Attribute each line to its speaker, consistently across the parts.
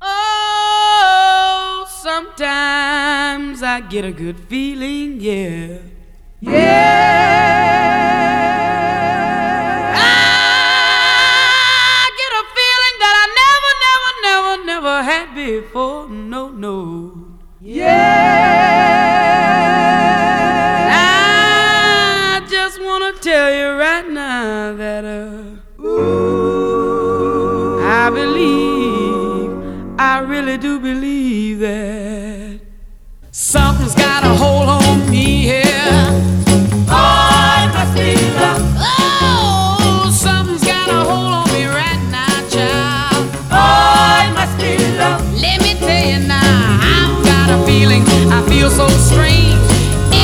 Speaker 1: Oh, Sometimes I get a good feeling, yeah. Yeah. I get a feeling that I never, never, never, never had before. No, no. Yeah. I just want to tell you right now that uh, I believe, I really do believe that something's got a hold on me here. Oh, it must be love. Oh, something's got a hold on me right now, child. Oh, it must be love. Let me tell you now, I've got a feeling. I feel so strange.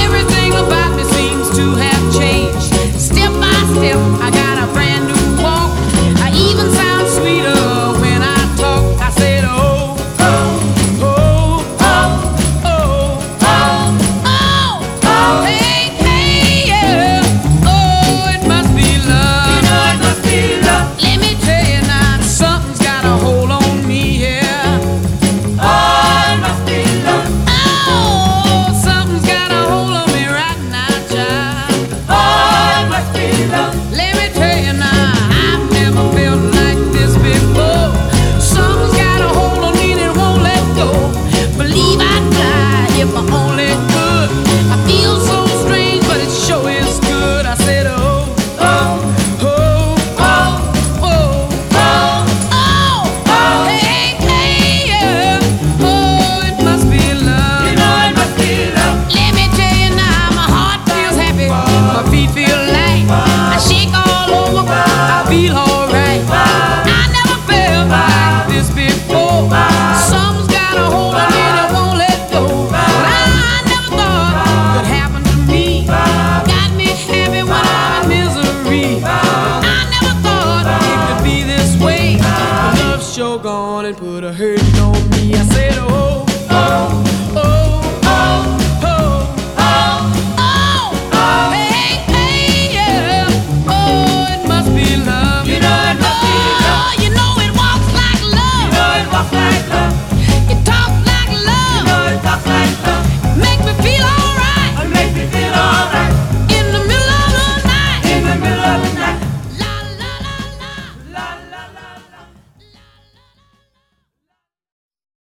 Speaker 1: Everything about me seems to have changed. Step by step, I got a brand new walk. I even sound sweeter when I talk. I said, oh, oh, oh, oh, oh, oh, oh, oh, hey, hey, yeah. Oh, it must be love. You know it must be love. Let me tell you now, something's got a hold on me, yeah. Oh, it must be love. Oh, something's got a hold on me right now, child. Oh, it must be love. Let me tell you now, I've never felt like this before. Something's got a hold on me that won't let go. Believe I'd fly if I only could. I feel so strange, but it sure is good. I said, oh, oh, oh, oh, oh, oh, oh, oh, hey, hey, yeah. Oh, it must be love. You know it must be love. Let me tell you now, my heart feels happy, my feet feel light. I shake all over, I feel alright. I never felt like this before. Something's got a hold on me that won't let go. But I never thought could happen to me. Got me happy when I'm in misery. I never thought it could be this way. But love sure gone and put a hurting on me.